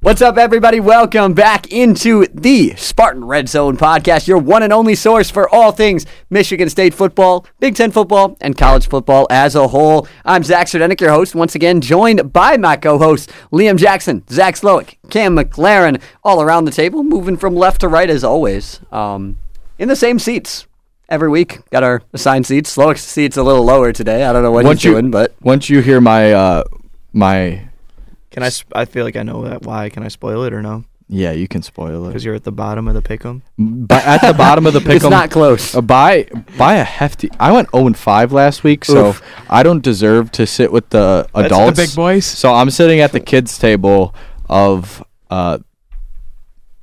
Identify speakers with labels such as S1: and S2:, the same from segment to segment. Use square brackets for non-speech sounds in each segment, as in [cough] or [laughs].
S1: What's up, everybody? Welcome back into the Spartan Red Zone podcast, your one and only source for all things Michigan State football, Big Ten football, and college football as a whole. I'm Zach Sardenik, your host, once again joined by my co hosts, Liam Jackson, Zach Slowick, Cam McLaren, all around the table, moving from left to right as always, um, in the same seats. Every week, got our assigned seats. Slowick's seat's a little lower today. I don't know what
S2: once
S1: he's
S2: you
S1: doing, but
S2: once you hear my uh my
S3: Can I? Sp- I feel like I know that. Why can I spoil it or no?
S2: yeah, you can spoil
S3: Because
S2: it.
S3: you're at the bottom of the pick'em.
S2: But at the bottom of the pick,
S1: [laughs] it's not close.
S2: uh, buy buy a hefty. I went 0 and 5 last week, so
S1: Oof.
S2: I don't deserve to sit with the adults.
S4: big boys.
S2: So I'm sitting at the kids table of uh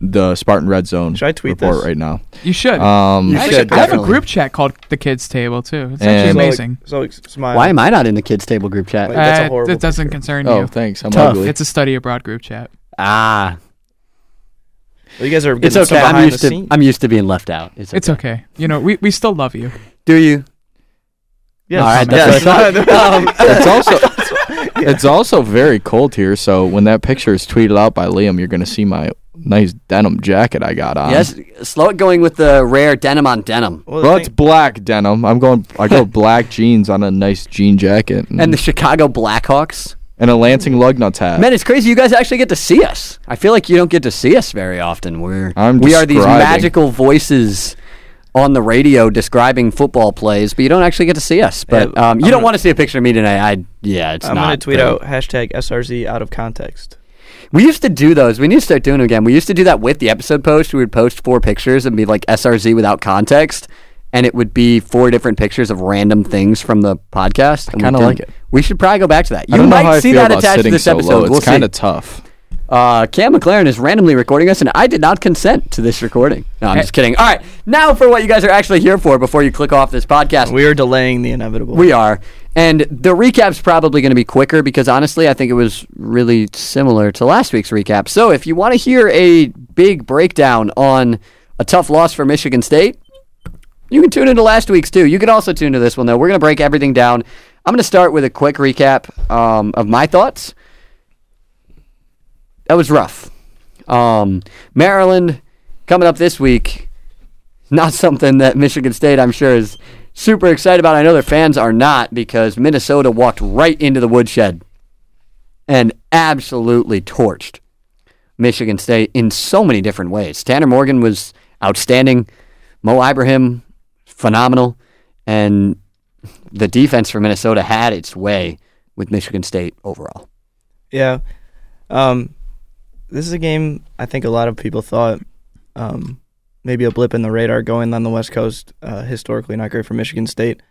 S2: the Spartan Red Zone
S3: Should I tweet
S2: report
S3: this?
S2: right now.
S4: You should.
S2: Um
S1: Uh, You
S4: I,
S1: should,
S4: actually- I have a
S1: definitely.
S4: group chat called the kids table too. It's
S2: And- So, like,
S4: actually amazing.
S3: So like, smile.
S1: Why am I not in the kids' table group chat?
S3: Like, that's a
S4: Uh,
S3: horrible
S4: it doesn't
S3: picture.
S4: concern
S2: Oh,
S4: you.
S2: thanks. I'm
S1: Tough.
S2: ugly.
S4: It's a study abroad group chat.
S1: Ah,
S3: Well, you guys are.
S1: It's
S3: getting some
S1: okay. I'm
S3: behind
S1: used
S3: the
S1: to
S3: scenes.
S1: I'm used to being left out. It's okay.
S4: It's okay. You know, we, we still love you.
S1: Do you?
S3: Yes.
S1: All right,
S2: that's
S3: [laughs] Yes.
S1: [laughs]
S2: it's also it's also very cold here, so when that picture is tweeted out by Liam, you're gonna see my nice denim jacket I got on.
S1: yes. Slow it going with the rare denim on denim
S3: Well, the
S2: Well, it's
S3: thing-
S2: black denim. I'm going.
S1: [laughs]
S2: I go black jeans on a nice jean jacket and
S1: and the Chicago Blackhawks.
S2: and a Lansing Lugnut hat.
S1: Man, it's crazy. You guys actually get to see us. I feel like you don't get to see us very often. We're
S2: I'm
S1: we are these
S2: describing.
S1: magical voices on the radio describing football plays, but you don't actually get to see us. But
S3: Yeah,
S1: um, you don't
S3: I'm gonna-
S1: want to see a picture of me today. I yeah, it's
S3: I'm
S1: not.
S3: gonna tweet
S1: the-
S3: out hashtag SRZ out of context.
S1: We used to do those. We need to start doing them again. We used to do that with the episode post. We would post four pictures and be like SRZ without context, and it would be four different pictures of random things from the podcast. and we
S2: kinda
S1: can-
S2: like it.
S1: We should probably go back to that.
S2: I
S1: You
S2: don't know
S1: might
S2: how I
S1: see
S2: feel
S1: that
S2: about
S1: attached to
S2: sitting
S1: this
S2: so
S1: episode.
S2: low.
S1: we'll
S2: It's kind
S1: see.
S2: of tough.
S1: Uh, Cam McLaren is randomly recording us, and I did not consent to this recording. No,
S2: Eh.
S1: I'm just kidding. All right, now for what you guys are actually here for before you click off this podcast.
S3: We are delaying the inevitable.
S1: We are. And the recap's probably going to be quicker because honestly, I think it was really similar to last week's recap. So if you want to hear a big breakdown on a tough loss for Michigan State, you can tune into last week's too. You can also tune to this one, though. We're going to break everything down. I'm going to start with a quick recap um, of my thoughts. That was rough. Um, Maryland coming up this week not something that Michigan State, I'm sure, is super excited about. I know their fans are not because Minnesota walked right into the woodshed and absolutely torched Michigan State in so many different ways. Tanner Morgan was outstanding, Mo Ibrahim, phenomenal, and the defense for Minnesota had its way with Michigan State overall.
S3: Yeah. Um, this is a game I think a lot of people thought um, maybe a blip in the radar going on the West Coast. Uh, historically, not great for Michigan State.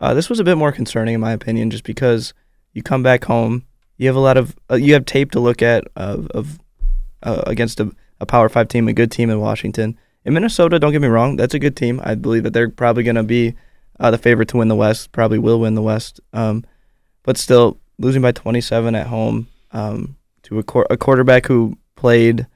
S3: Uh, this was a bit more concerning, in my opinion, just because you come back home, you have a lot of uh, you have tape to look at of, of uh, against a, a Power Five team, a good team in Washington. In Minnesota, don't get me wrong, that's a good team. I believe that they're probably going to be uh, the favorite to win the West. Probably will win the West. Um, but still losing by 27 at home um, to a, quar a quarterback who played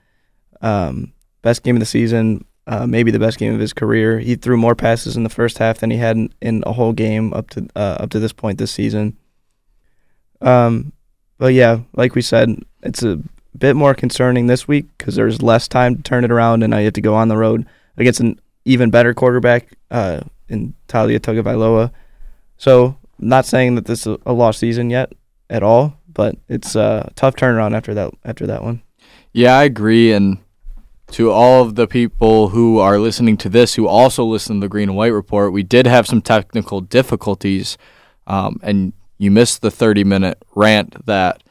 S3: um, best game of the season, uh, maybe the best game of his career. He threw more passes in the first half than he had in, in a whole game up to uh, up to this point this season. Um, but yeah, like we said, it's a bit more concerning this week because there's less time to turn it around, and I have to go on the road against an even better quarterback uh, in Talia Tagovailoa. So, not saying that this is a lost season yet at all, but it's a tough turnaround after that after that one.
S2: Yeah, I agree. And to all of the people who are listening to this, who also listen to the Green and White Report, we did have some technical difficulties, um, and you missed the 30 minute rant that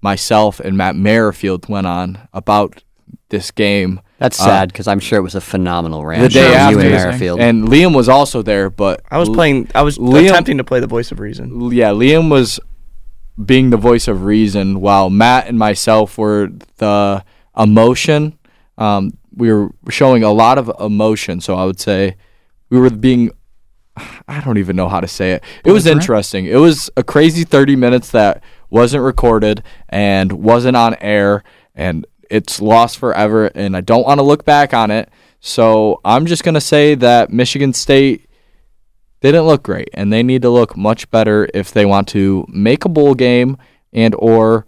S2: myself and Matt Merrifield went on about this game.
S1: That's
S2: Uh,
S1: sad because I'm sure it was a phenomenal rant.
S2: the day
S1: from
S2: after,
S1: you and Merrifield.
S2: and Liam was also there, but
S3: I was
S2: L-
S3: playing. I was
S2: Liam-
S3: attempting to play the voice of reason.
S2: yeah, Liam was being the voice of reason, while Matt and myself were the emotion. Um, we were showing a lot of emotion, so I would say we were being. I don't even know how to say it. It was interesting. It was a crazy 30 minutes that wasn't recorded and wasn't on air, and it's lost forever. And I don't want to look back on it. So I'm just going to say that Michigan State they didn't look great and they need to look much better if they want to make a bowl game and or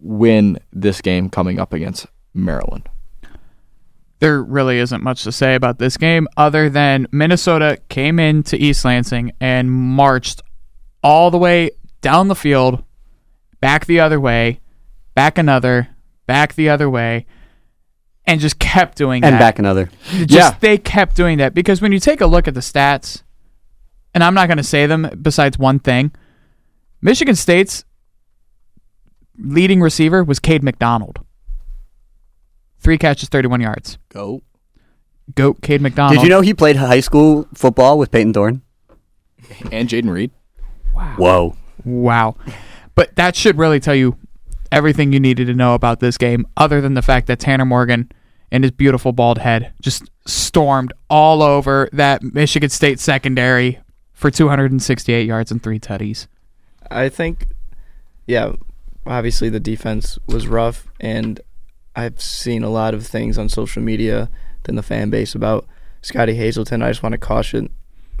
S2: win this game coming up against Maryland.
S4: There really isn't much to say about this game other than Minnesota came into East Lansing and marched all the way down the field, back the other way, back another, back the other way, and just kept doing
S1: and
S4: that.
S1: back another. [laughs]
S4: just
S2: Yeah.
S4: they kept doing that because when you take a look at the stats, and I'm not going to say them besides one thing, Michigan State's leading receiver was Cade McDonald. Three catches, 31 yards.
S2: Go.
S4: Goat Cade McDonald.
S1: Did you know he played high school football with Peyton Thorne?
S2: And Jaden Reed.
S1: Whoa.
S4: Wow. But that should really tell you everything you needed to know about this game, other than the fact that Tanner Morgan and his beautiful bald head just stormed all over that Michigan State secondary for 268 yards and three tutties.
S3: I think, yeah, obviously the defense was rough, and I've seen a lot of things on social media than the fan base about Scotty Hazelton. I just want to caution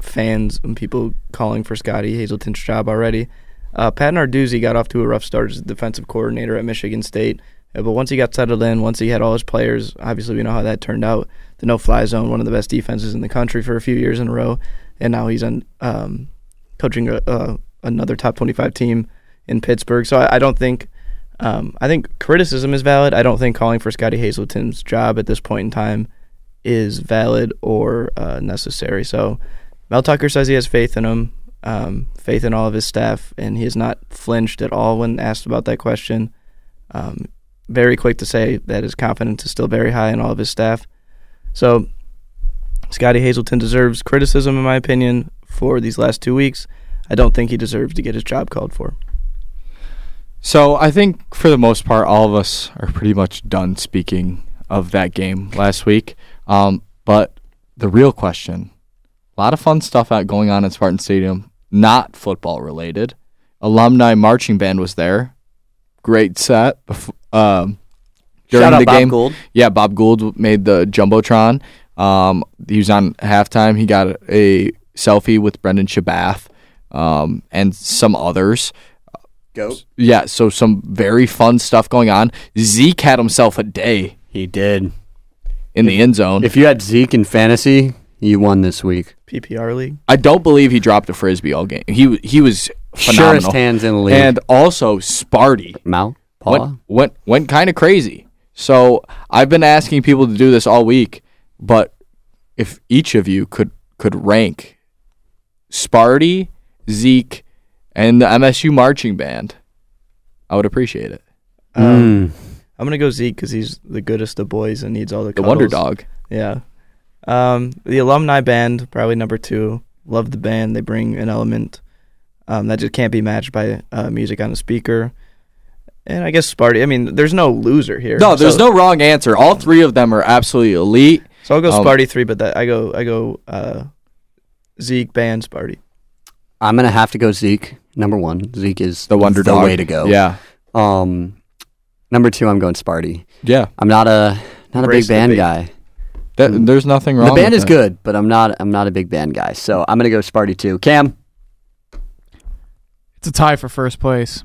S3: fans and people calling for Scotty Hazelton's job already. Uh, Pat Narduzzi got off to a rough start as defensive coordinator at Michigan State, uh, but once he got settled in, once he had all his players, obviously we know how that turned out. The no-fly zone, one of the best defenses in the country for a few years in a row, and now he's on um, coaching a, uh, another top 25 team in Pittsburgh. So I, I don't think, um, I think criticism is valid. I don't think calling for Scotty Hazelton's job at this point in time is valid or uh, necessary. So Mel Tucker says he has faith in him, um, faith in all of his staff, and he has not flinched at all when asked about that question. Um, very quick to say that his confidence is still very high in all of his staff. So Scotty Hazelton deserves criticism, in my opinion, for these last two weeks. I don't think he deserves to get his job called for.
S2: So I think for the most part, all of us are pretty much done speaking of that game last week. Um, but the real question, a lot of fun stuff out going on at Spartan Stadium, not football related. Alumni marching band was there. Great set. bef- Um, during
S1: Shout out
S2: the
S1: Bob
S2: game,
S1: Gould.
S2: yeah, Bob Gould made the jumbotron. Um, he was on halftime. He got a, a selfie with Brendan Shabath um, and some others.
S1: Goat.
S2: Yeah, so some very fun stuff going on. Zeke had himself a day
S1: He did.
S2: in the end zone.
S1: If you had Zeke in fantasy, you won this week.
S3: PPR league.
S2: I don't believe he dropped a frisbee all game. He he was phenomenal.
S1: Surest hands in the league.
S2: and also Sparty
S1: Mount Paula.
S2: went went went kind of crazy. So I've been asking people to do this all week, but if each of you could could rank Sparty, Zeke, and the MSU marching band, I would appreciate it. Hmm.
S3: Um,
S1: Mm.
S3: I'm gonna go Zeke because he's the goodest of boys and needs all the
S2: The
S3: cuddles.
S2: Wonder Dog.
S3: Yeah. Um, the alumni band, probably number two. Love the band. They bring an element um, that just can't be matched by uh, music on a speaker. And I guess Sparty. I mean, there's no loser here.
S2: No, there's
S3: So-
S2: no wrong answer. All three of them are absolutely elite.
S3: So I'll go
S2: Um,
S3: Sparty three, but that I go I go uh, Zeke band Sparty.
S1: I'm gonna have to go Zeke. Number one, Zeke is
S2: The Wonder Dog.
S1: way to go.
S2: Yeah.
S1: Um, number two, I'm going Sparty.
S2: Yeah.
S1: I'm not a not a big
S3: Embrace the
S1: band
S3: bait.
S1: guy.
S2: That, there's nothing wrong.
S1: the band
S2: with
S1: is
S2: that.
S1: good, but I'm not I'm not a big band guy. So I'm gonna go Sparty too. Cam,
S4: It's a tie for first place.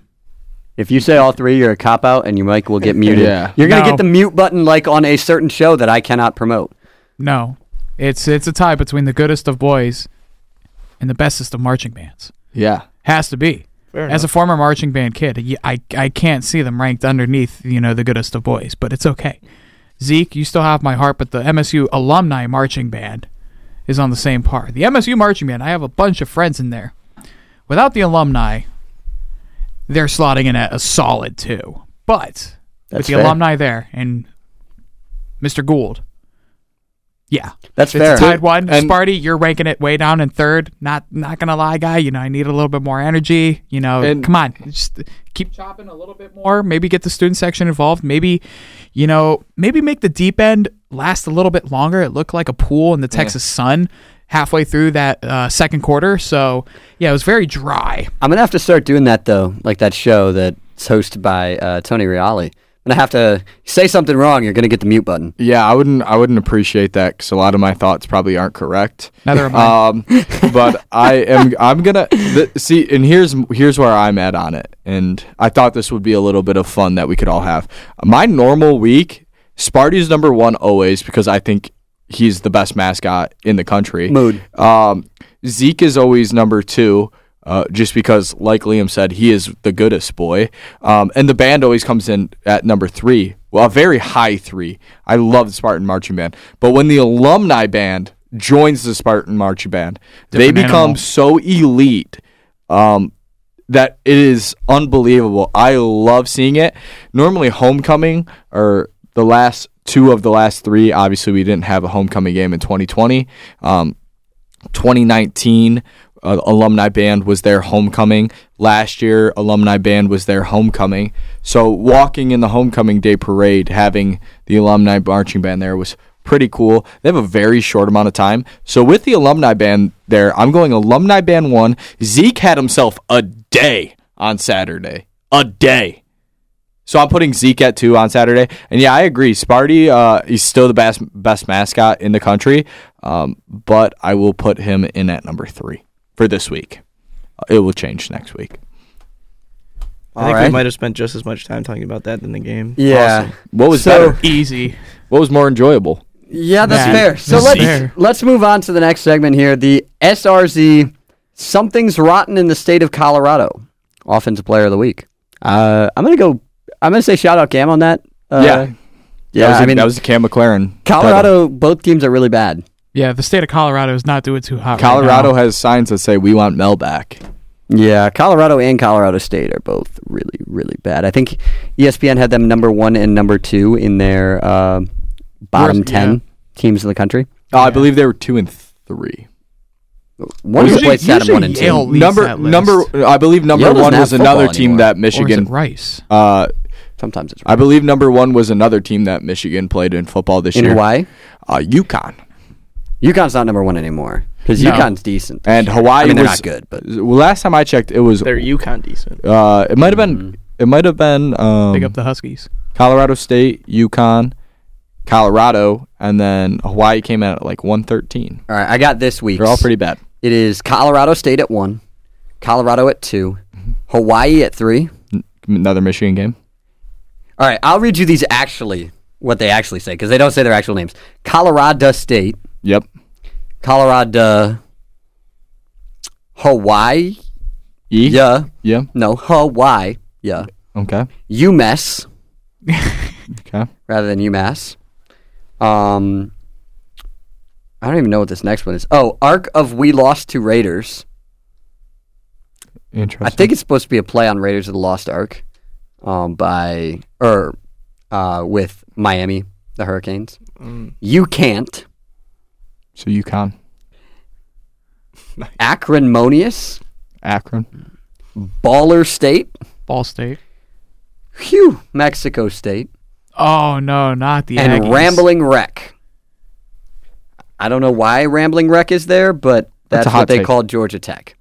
S1: if you say all three, you're a cop out, and your mic will get muted.
S2: Yeah.
S1: You're gonna
S4: No.
S1: get the mute button like on a certain show that I cannot promote.
S4: No, it's it's a tie between the goodest of boys and the bestest of marching bands.
S2: Yeah.
S4: Has to be.
S3: Fair
S4: As a former marching band kid, y- I, I can't see them ranked underneath, you know, the goodest of boys, but it's okay. Zeke, you still have my heart, but the MSU alumni marching band is on the same par. The MSU marching band, I have a bunch of friends in there. Without the alumni, they're slotting in at a solid two. But with
S1: That's
S4: the
S1: fair.
S4: alumni there and Mr. Gould, yeah,
S1: That's
S4: it's
S1: fair.
S4: a tied one.
S2: And-
S4: Sparty, you're ranking it way down in third. Not not gonna lie, guy. You know, I need a little bit more energy. You know,
S2: And-
S4: come on, just keep chopping a little bit more. Maybe get the student section involved. Maybe, you know, maybe make the deep end last a little bit longer. It looked like a pool in the Texas sun halfway through that uh, second quarter. So yeah, it was very dry.
S1: I'm gonna have to start doing that though, like that show that's hosted by uh, Tony Reale. when I have to say something wrong, you're going to get the mute button.
S2: Yeah, I wouldn't. I wouldn't appreciate that because a lot of my thoughts probably aren't correct.
S4: Neither am I. [laughs]
S2: Um, but I am. I'm gonna th- see. And here's here's where I'm at on it. And I thought this would be a little bit of fun that we could all have. My normal week, Sparty's number one always because I think he's the best mascot in the country.
S1: Mood.
S2: Um, Zeke is always number two, uh, just because, like Liam said, he is the goodest boy. Um, and the band always comes in at number three. Well, a very high three. I love the Spartan marching band. But when the alumni band joins the Spartan marching band, they
S4: Different
S2: become
S4: animal.
S2: so elite. Um, that it is unbelievable. I love seeing it. Normally, homecoming or the last two of the last three. Obviously, we didn't have a homecoming game in 2020. Um, 2019 uh, alumni band was their homecoming last year alumni band was their homecoming so walking in the homecoming day parade having the alumni marching band there was pretty cool they have a very short amount of time so with the alumni band there i'm going alumni band one zeke had himself a day on saturday a day so I'm putting Zeke at two on Saturday, and yeah, I agree. Sparty, uh, he's still the best best mascot in the country, um, but I will put him in at number three for this week. It will change next week.
S3: I think
S1: Alright.
S3: we might have spent just as much time talking about that than the game.
S1: Yeah.
S2: What was
S1: So-
S2: better?
S4: Easy.
S2: What was more enjoyable?
S1: Yeah, that's
S4: Yeah.
S1: fair. So
S4: That's
S1: let's
S4: fair.
S1: let's move on to the next segment here. The SRZ something's rotten in the state of Colorado. Offensive player of the week. Uh, I'm gonna go. I'm gonna say shout out Cam on that. Uh,
S2: yeah,
S1: yeah.
S2: That was,
S1: I mean,
S2: that was the Cam McLaren. title.
S1: Colorado. Both teams are really bad.
S4: Yeah, the state of Colorado is not doing too hot. right
S2: Colorado
S4: now.
S2: has signs that say we want Mel back.
S1: Yeah, Colorado and Colorado State are both really, really bad. I think E ESPN had them number one and number two in their uh, bottom
S4: Worst-
S1: ten teams in the country.
S2: Uh, I
S4: Yeah.
S2: believe they were two and three.
S1: One
S4: Usually-
S1: place had them one
S4: usually
S1: and
S4: Yale
S1: two.
S4: leads
S2: number
S4: that list.
S2: number. I believe number
S1: Yale doesn't
S2: one
S1: have
S2: was
S1: football
S2: another team
S1: anymore.
S2: that
S4: Or is it
S2: Michigan.
S4: Rice.
S2: Uh,
S1: Sometimes it's
S2: I believe number one was another team that Michigan played in football this
S1: in
S2: year.
S1: Hawaii.
S2: Uh, UConn.
S1: UConn's not number one anymore because
S4: No.
S1: UConn's decent.
S2: And Hawaii
S1: I mean, they're
S2: was
S1: not good, but
S2: Well, last time I checked, it was.
S3: They're UConn decent.
S2: Uh, it might have been. It might have been
S4: Pick
S2: um,
S4: up the Huskies.
S2: Colorado State, UConn, Colorado, and then Hawaii came in at like 113.
S1: all right, I got this week.
S2: They're all pretty bad.
S1: It is Colorado State at one, Colorado at 2 Hawaii at three.
S2: Another Michigan game.
S1: All right, I'll read you these actually what they actually say because they don't say their actual names. Colorado State,
S2: Yep.
S1: Colorado, Hawaii,
S2: E.
S1: yeah,
S2: Yeah.
S1: no Hawaii, yeah,
S2: Okay.
S1: UMass
S2: Okay.
S1: rather than UMass. Um, I don't even know what this next one is. Oh, Arc of We Lost to Raiders.
S2: Interesting.
S1: I think it's supposed to be a play on Raiders of the Lost Ark, um, by or uh, with Miami, the Hurricanes. You can't
S2: so. UConn,
S1: acrimonious
S2: Akron,
S1: baller state.
S4: Ball State.
S1: Phew, Mexico State
S4: Oh no, not the
S1: and
S4: Aggies.
S1: rambling wreck. I don't know why rambling wreck is there, but
S2: That's
S1: that's,
S2: a hot
S1: what they
S2: take.
S1: call Georgia Tech.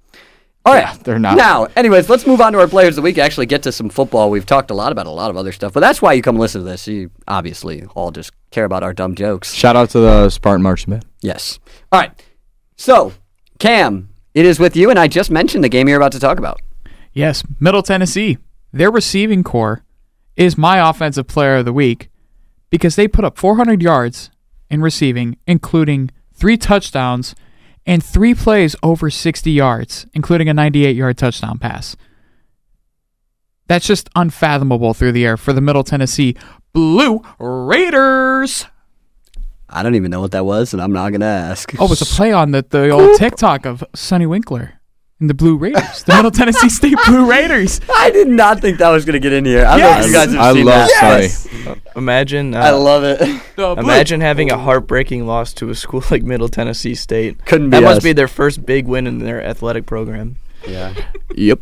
S1: All right,
S2: they're not.
S1: Now, anyways, let's move on to our players of the week. Actually, get to some football. We've talked a lot about a lot of other stuff, but that's why you come listen to this. You obviously all just care about our dumb jokes.
S2: Shout out to the Spartan Marching Band.
S1: Yes. All right. So, Cam, it is with you, and I just mentioned the game you're about to talk about.
S4: Yes, Middle Tennessee. Their receiving core is my offensive player of the week because they put up 400 yards in receiving, including three touchdowns and three plays over 60 yards, including a 98 yard touchdown pass. That's just unfathomable through the air for the Middle Tennessee Blue Raiders.
S1: I don't even know what that was, and I'm not gonna ask.
S4: Oh, it's a play on the, the old TikTok of Sonny Winkler and the Blue Raiders, the Middle Tennessee State Blue Raiders.
S1: [laughs] I did not think that was gonna get in here. I don't know if you guys have
S2: I
S1: seen
S2: love
S1: that.
S2: Sonny.
S3: Imagine. Uh,
S1: I love it.
S4: The Blue
S3: Imagine having a heartbreaking loss to a school [laughs] like Middle Tennessee State.
S1: Couldn't be
S3: That
S1: us.
S3: must be their first big win in their athletic program.
S1: Yeah.
S2: Yep.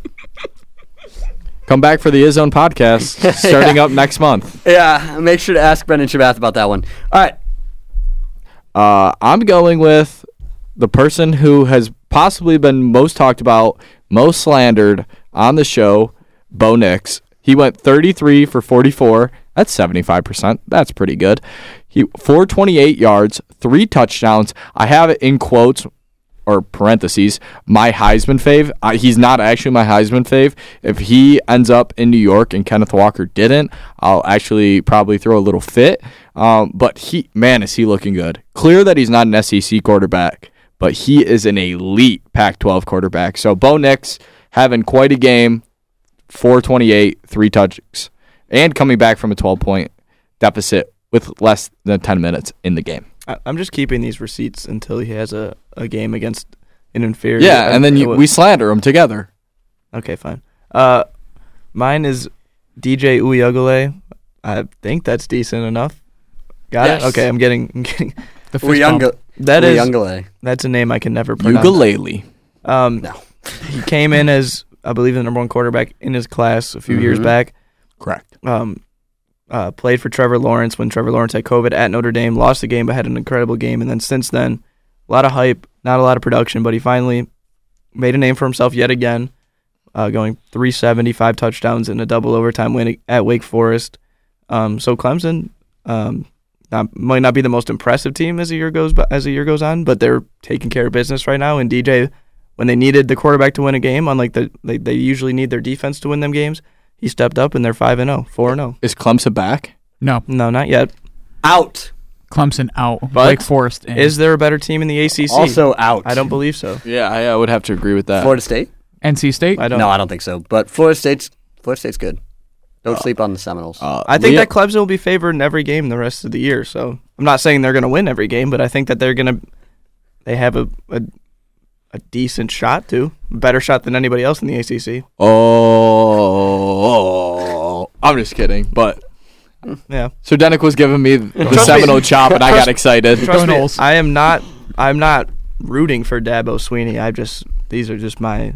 S2: Come back for the Is Zone podcast starting up next month.
S1: Yeah. Make sure to ask Brendan Shabath about that one. All right.
S2: Uh, I'm going with the person who has possibly been most talked about, most slandered on the show, Bo Nix. He went 33 for 44, That's 75%. That's pretty good. He 428 yards, three touchdowns. I have it in quotes or parentheses, my Heisman fave. I, he's not actually my Heisman fave. If he ends up in New York and Kenneth Walker didn't, I'll actually probably throw a little fit. Um, but he, man, is he looking good. Clear that he's not an SEC quarterback, but he is an elite Pac 12 quarterback. So Bo Nix having quite a game, 428, three touches, and coming back from a 12 point deficit with less than 10 minutes in the game.
S3: I, I'm just keeping these receipts until he has a, a game against an inferior.
S2: Yeah, and then you,
S3: uh,
S2: we slander them together.
S3: Okay, fine. Uh, mine is DJ Uyogale. I think that's decent enough. Got
S1: Yes.
S3: it. Okay, I'm getting. I'm getting. [laughs]
S4: The fist bump.
S1: Uyunga-
S3: That is.
S1: Uyungale.
S3: That's a name I can never pronounce.
S2: Ukulele.
S3: Um,
S1: No.
S3: he came in as I believe the number one quarterback in his class a few years
S1: Mhm.
S3: back.
S2: Correct.
S3: Um, uh, played for Trevor Lawrence when Trevor Lawrence had COVID at Notre Dame. Lost the game, but had an incredible game. And then since then, a lot of hype, not a lot of production, but he finally made a name for himself yet again, uh, going 375 touchdowns in a double overtime win at Wake Forest. Um, so Clemson um, not, might not be the most impressive team as the year goes by, as the year goes on, but they're taking care of business right now. And DJ, when they needed the quarterback to win a game, unlike the they, they usually need their defense to win them games, he stepped up and they're five and zero, four and zero.
S2: Is Clemson back?
S4: No,
S3: No, not yet.
S1: Out.
S4: Clemson out.
S3: But
S4: Wake Forest in.
S3: Is there a better team in the ACC?
S1: Also out. Uh,
S3: I don't believe so.
S2: Yeah, I, I would have to agree with that.
S1: Florida State?
S4: NC State.
S3: I don't.
S1: No, I don't think so. But Florida State's Florida State's good. Don't
S3: Oh.
S1: sleep on the Seminoles.
S2: Uh,
S3: I think
S2: Leo-
S3: that Clemson will be favored in every game the rest of the year. So I'm not saying they're going to win every game, but I think that they're going to they have a, a a decent shot to better shot than anybody else in the ACC.
S2: Oh, I'm just kidding. But
S3: Yeah,
S2: so Denick was giving me the
S3: Trust me.
S2: Seminole chop, and I got excited.
S3: trust me,
S4: Knowles.
S3: I am not I'm not rooting for Dabo Sweeney. I just these are just my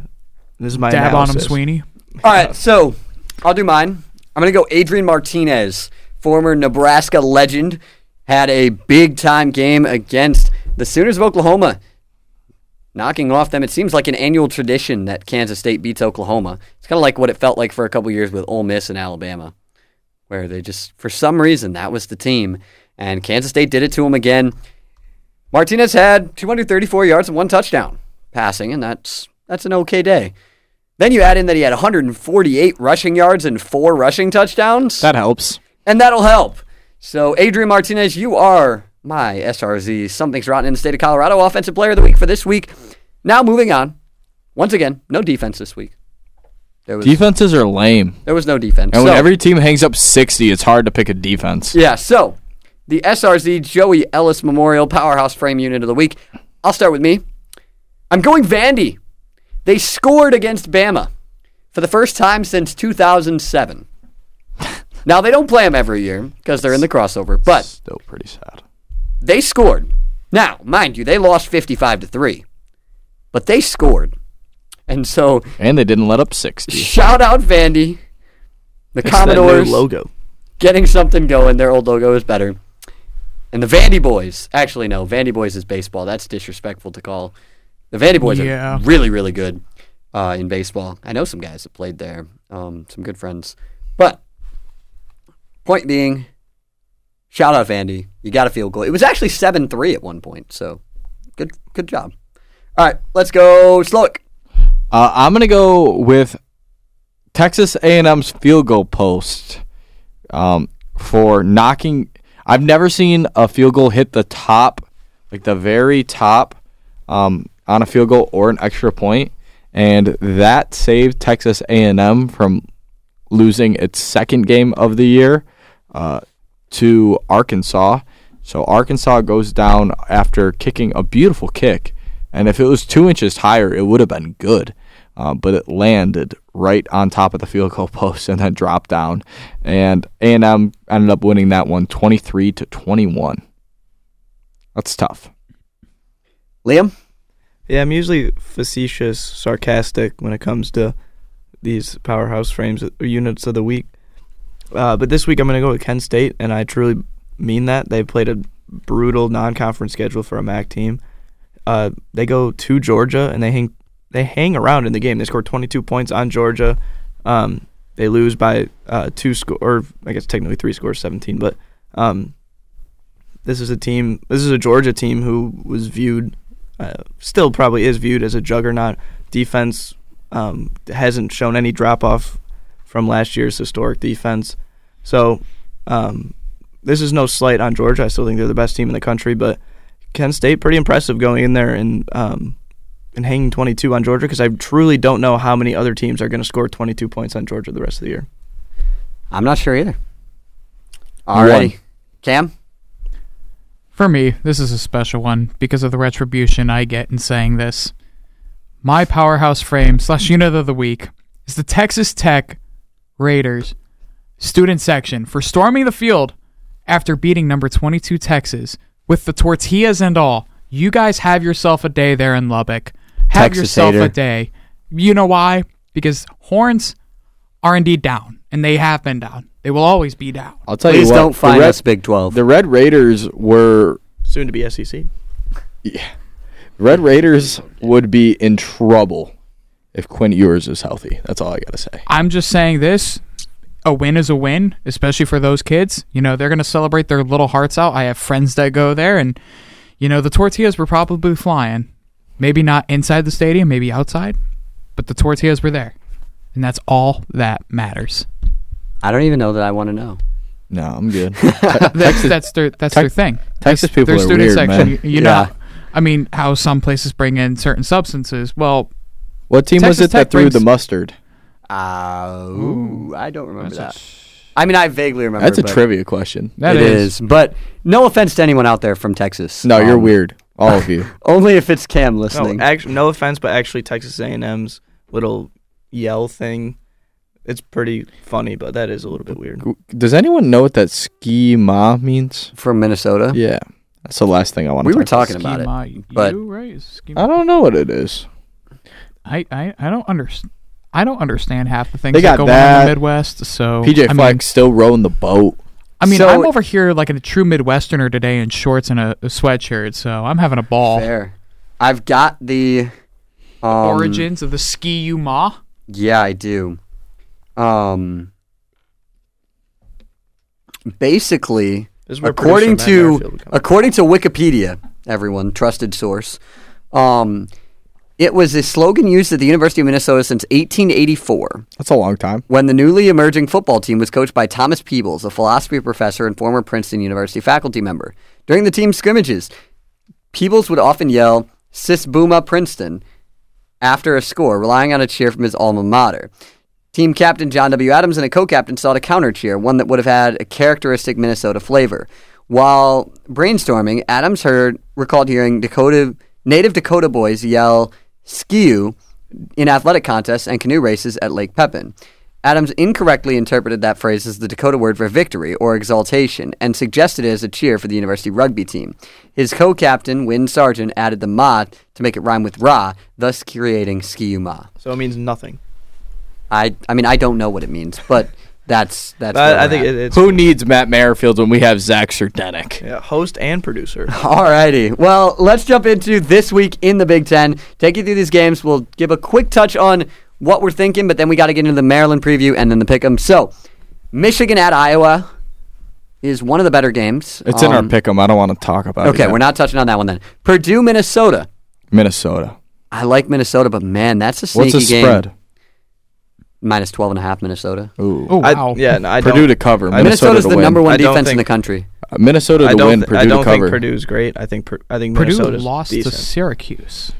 S3: this is my
S4: Dab on him,
S3: analysis.
S4: Sweeney.
S1: All right, so I'll do mine. I'm going to go Adrian Martinez, former Nebraska legend, had a big time game against the Sooners of Oklahoma, knocking off them. It seems like an annual tradition that Kansas State beats Oklahoma. It's kind of like what it felt like for a couple years with Ole Miss and Alabama, where they just, for some reason, that was the team. And Kansas State did it to them again. Martinez had 234 yards and one touchdown passing, and that's that's an okay day. Then you add in that he had 148 rushing yards and four rushing touchdowns,
S2: That helps.
S1: and that'll help. So, Adrian Martinez, you are my SRZ. Something's rotten in the state of Colorado Offensive Player of the Week for this week. Now, moving on. Once again, no defense this week. There was
S2: Defenses are lame,
S1: there was no defense.
S2: and when
S1: So-
S2: every team hangs up 60, it's hard to pick a defense.
S1: Yeah, so the SRZ Joey Ellis Memorial Powerhouse Frame Unit of the Week. I'll start with me. I'm going Vandy. They scored against Bama for the first time since
S2: [laughs]
S1: 2007. now, they don't play them every year because they're in the crossover, but
S2: Still pretty sad.
S1: they scored. Now, mind you, they lost 55 to 3, but they scored. And so,
S2: And they didn't let up 60.
S1: shout out Vandy, the
S3: It's that new
S1: Commodores
S3: logo.
S1: getting something going. Their old logo is better. And the Vandy Boys, actually no, Vandy Boys is baseball. That's disrespectful to call. The Vandy Boys
S4: Yeah.
S1: are really, really good uh, in baseball. I know some guys that played there, um, some good friends. But point being, shout out Vandy. You got a field goal. It was actually seven three at one point. So good, good job. All right, let's go Slowick.
S2: Uh, I'm gonna go with Texas A&M's field goal post um, for knocking. I've never seen a field goal hit the top, like the very top, um, on a field goal or an extra point, and that saved Texas A&M from losing its second game of the year uh, to Arkansas. So Arkansas goes down after kicking a beautiful kick, and if it was two inches higher, it would have been good. Uh, but it landed right on top of the field goal [laughs] post and then dropped down, and A and M ended up winning that one, twenty three to twenty one. That's tough.
S1: Liam,
S3: Yeah, I'm usually facetious, sarcastic when it comes to these powerhouse frames or units of the week. Uh, but this week I'm going to go with Kent State, and I truly mean that. They played a brutal non-conference schedule for a MAC team. Uh, they go to Georgia, and they hang they hang around in the game. They scored 22 points on Georgia. Um, they lose by uh, two score, or I guess technically three scores, seventeen. But um, this is a team. This is a Georgia team who was viewed, uh, still probably is viewed as a juggernaut. Defense um, hasn't shown any drop off from last year's historic defense. So um, this is no slight on Georgia. I still think they're the best team in the country, but Kent State pretty impressive going in there and um, and hanging 22 on Georgia because I truly don't know how many other teams are going to score 22 points on Georgia the rest of the year.
S1: I'm not sure either. Alrighty, Cam.
S4: For me, this is a special one because of the retribution I get in saying this. My powerhouse frame slash unit of the week is the Texas Tech Raiders student section for storming the field after beating number 22 Texas with the tortillas and all. You guys have yourself a day there in Lubbock. Have
S2: Texas
S4: yourself
S2: hater.
S4: a day. You know why? Because horns are indeed down, and they have been down. They will always be down.
S2: I'll tell
S1: Please
S2: you what.
S1: don't find
S2: the Red,
S1: us Big Twelve.
S2: The Red Raiders were
S3: Soon to be E SEC.
S2: Red Raiders would be in trouble if Quinn Ewers is healthy. That's all I gotta say.
S4: I'm just saying this. A win is a win, especially for those kids. You know, they're going to celebrate their little hearts out. I have friends that go there, and, you know, the tortillas were probably flying. Maybe not inside the stadium, maybe outside, but the tortillas were there. And that's all that
S2: [laughs]
S4: matters.
S1: I don't even know that I want to know.
S2: No, I'm [laughs] good.
S4: That's, that's their that's their
S2: Tex-
S4: thing.
S2: Texas
S4: That's
S2: people
S4: their
S2: are
S4: student
S2: weird,
S4: section.
S2: man.
S4: You, you
S1: Yeah.
S4: know, I mean, how some places bring in certain substances. Well,
S2: what team was
S4: Texas
S2: it that
S4: Tech
S2: threw the
S4: brings-
S2: mustard?
S1: Uh, ooh, I don't remember that. I mean, I vaguely remember.
S2: That's a
S1: but
S2: trivia question.
S4: that
S1: it
S4: is.
S1: is. but no offense to anyone out there from Texas.
S2: No, you're
S1: Um,
S2: weird. All of
S4: [laughs]
S2: you.
S1: Only if it's Cam
S3: No,
S1: listening.
S3: act- no offense, but actually Texas A&M's little yell thing, it's pretty funny, but that is a little bit weird.
S2: Does anyone know what that ski ma means?
S1: from Minnesota.
S2: Yeah, that's the last thing I want.
S1: We
S2: to
S1: were
S2: talk
S1: talking about it. but-
S4: you, right? Schema-
S2: About. I don't know what it is.
S4: I, I, I don't understand. I don't understand half the things
S2: They got
S4: that go on in
S2: that.
S4: the Midwest. So
S2: PJ
S4: Oh, I
S2: Fleck
S4: mean,
S2: still rowing the boat.
S4: I mean,
S1: So-
S4: I'm over here like a true Midwesterner today in shorts and a, a sweatshirt. So I'm having a ball.
S1: Fair. I've got the um,
S4: Origins of the ski you ma.
S1: Yeah, I do. Um, basically,
S3: This is where
S1: according
S3: producer Matt
S1: to
S3: Merrifield would come in.
S1: according to Wikipedia, everyone trusted source, um, it was a slogan used at the University of Minnesota since 1884
S2: That's a long time.
S1: when the newly emerging football team was coached by Thomas Peebles, a philosophy professor and former Princeton University faculty member. During the team scrimmages, Peebles would often yell, Sis Booma Princeton, after a score, relying on a cheer from his alma mater. Team captain John W. Adams and a co captain sought a counter cheer, one that would have had a characteristic Minnesota flavor. While brainstorming, Adams heard recalled hearing Dakota native Dakota boys yell skew in athletic contests and canoe races at Lake Pepin. Adams incorrectly interpreted that phrase as the Dakota word for victory or exaltation and suggested it as a cheer for the university rugby team. His co captain, Win Sargent, added the ma to make it rhyme with ra, thus creating skiu ma.
S3: So it means nothing.
S1: I I mean I don't know what it means, but that's that's. where
S3: I, I
S1: we're
S3: think
S1: at.
S3: it, it's
S2: Who needs Matt Merrifield when we have Zach Serdenik?
S3: yeah, host and producer.
S1: Alrighty, well let's jump into this week in the Big Ten. Take you through these games. We'll give a quick touch on what we're thinking, but then we got to get into the Maryland preview and then the pick 'em. So, Michigan at Iowa is one of the better games.
S2: It's in our
S1: Um,
S2: pick 'em. I don't want to talk about it.
S1: Okay,
S2: yet.
S1: we're not touching on that one then. Purdue, Minnesota.
S2: Minnesota.
S1: I like Minnesota, but man, that's a sneaky
S2: What's the
S1: game.
S2: spread?
S1: Minus 12 and a half Minnesota.
S2: Ooh.
S4: Oh
S3: I-
S4: wow.
S3: yeah, no, I
S2: Purdue
S3: don't,
S2: to cover. Minnesota
S1: Minnesota's
S2: to
S1: the
S2: win.
S1: number one
S3: I don't
S1: defense in
S3: think-
S1: the country.
S2: Uh, Minnesota
S3: I
S2: to
S3: don't,
S2: win.
S3: thi-
S2: Purdue
S3: I don't
S2: to cover.
S3: think Purdue's great. I think Pur- I think
S4: Purdue
S3: Minnesota's
S4: lost
S3: decent.
S4: to Syracuse.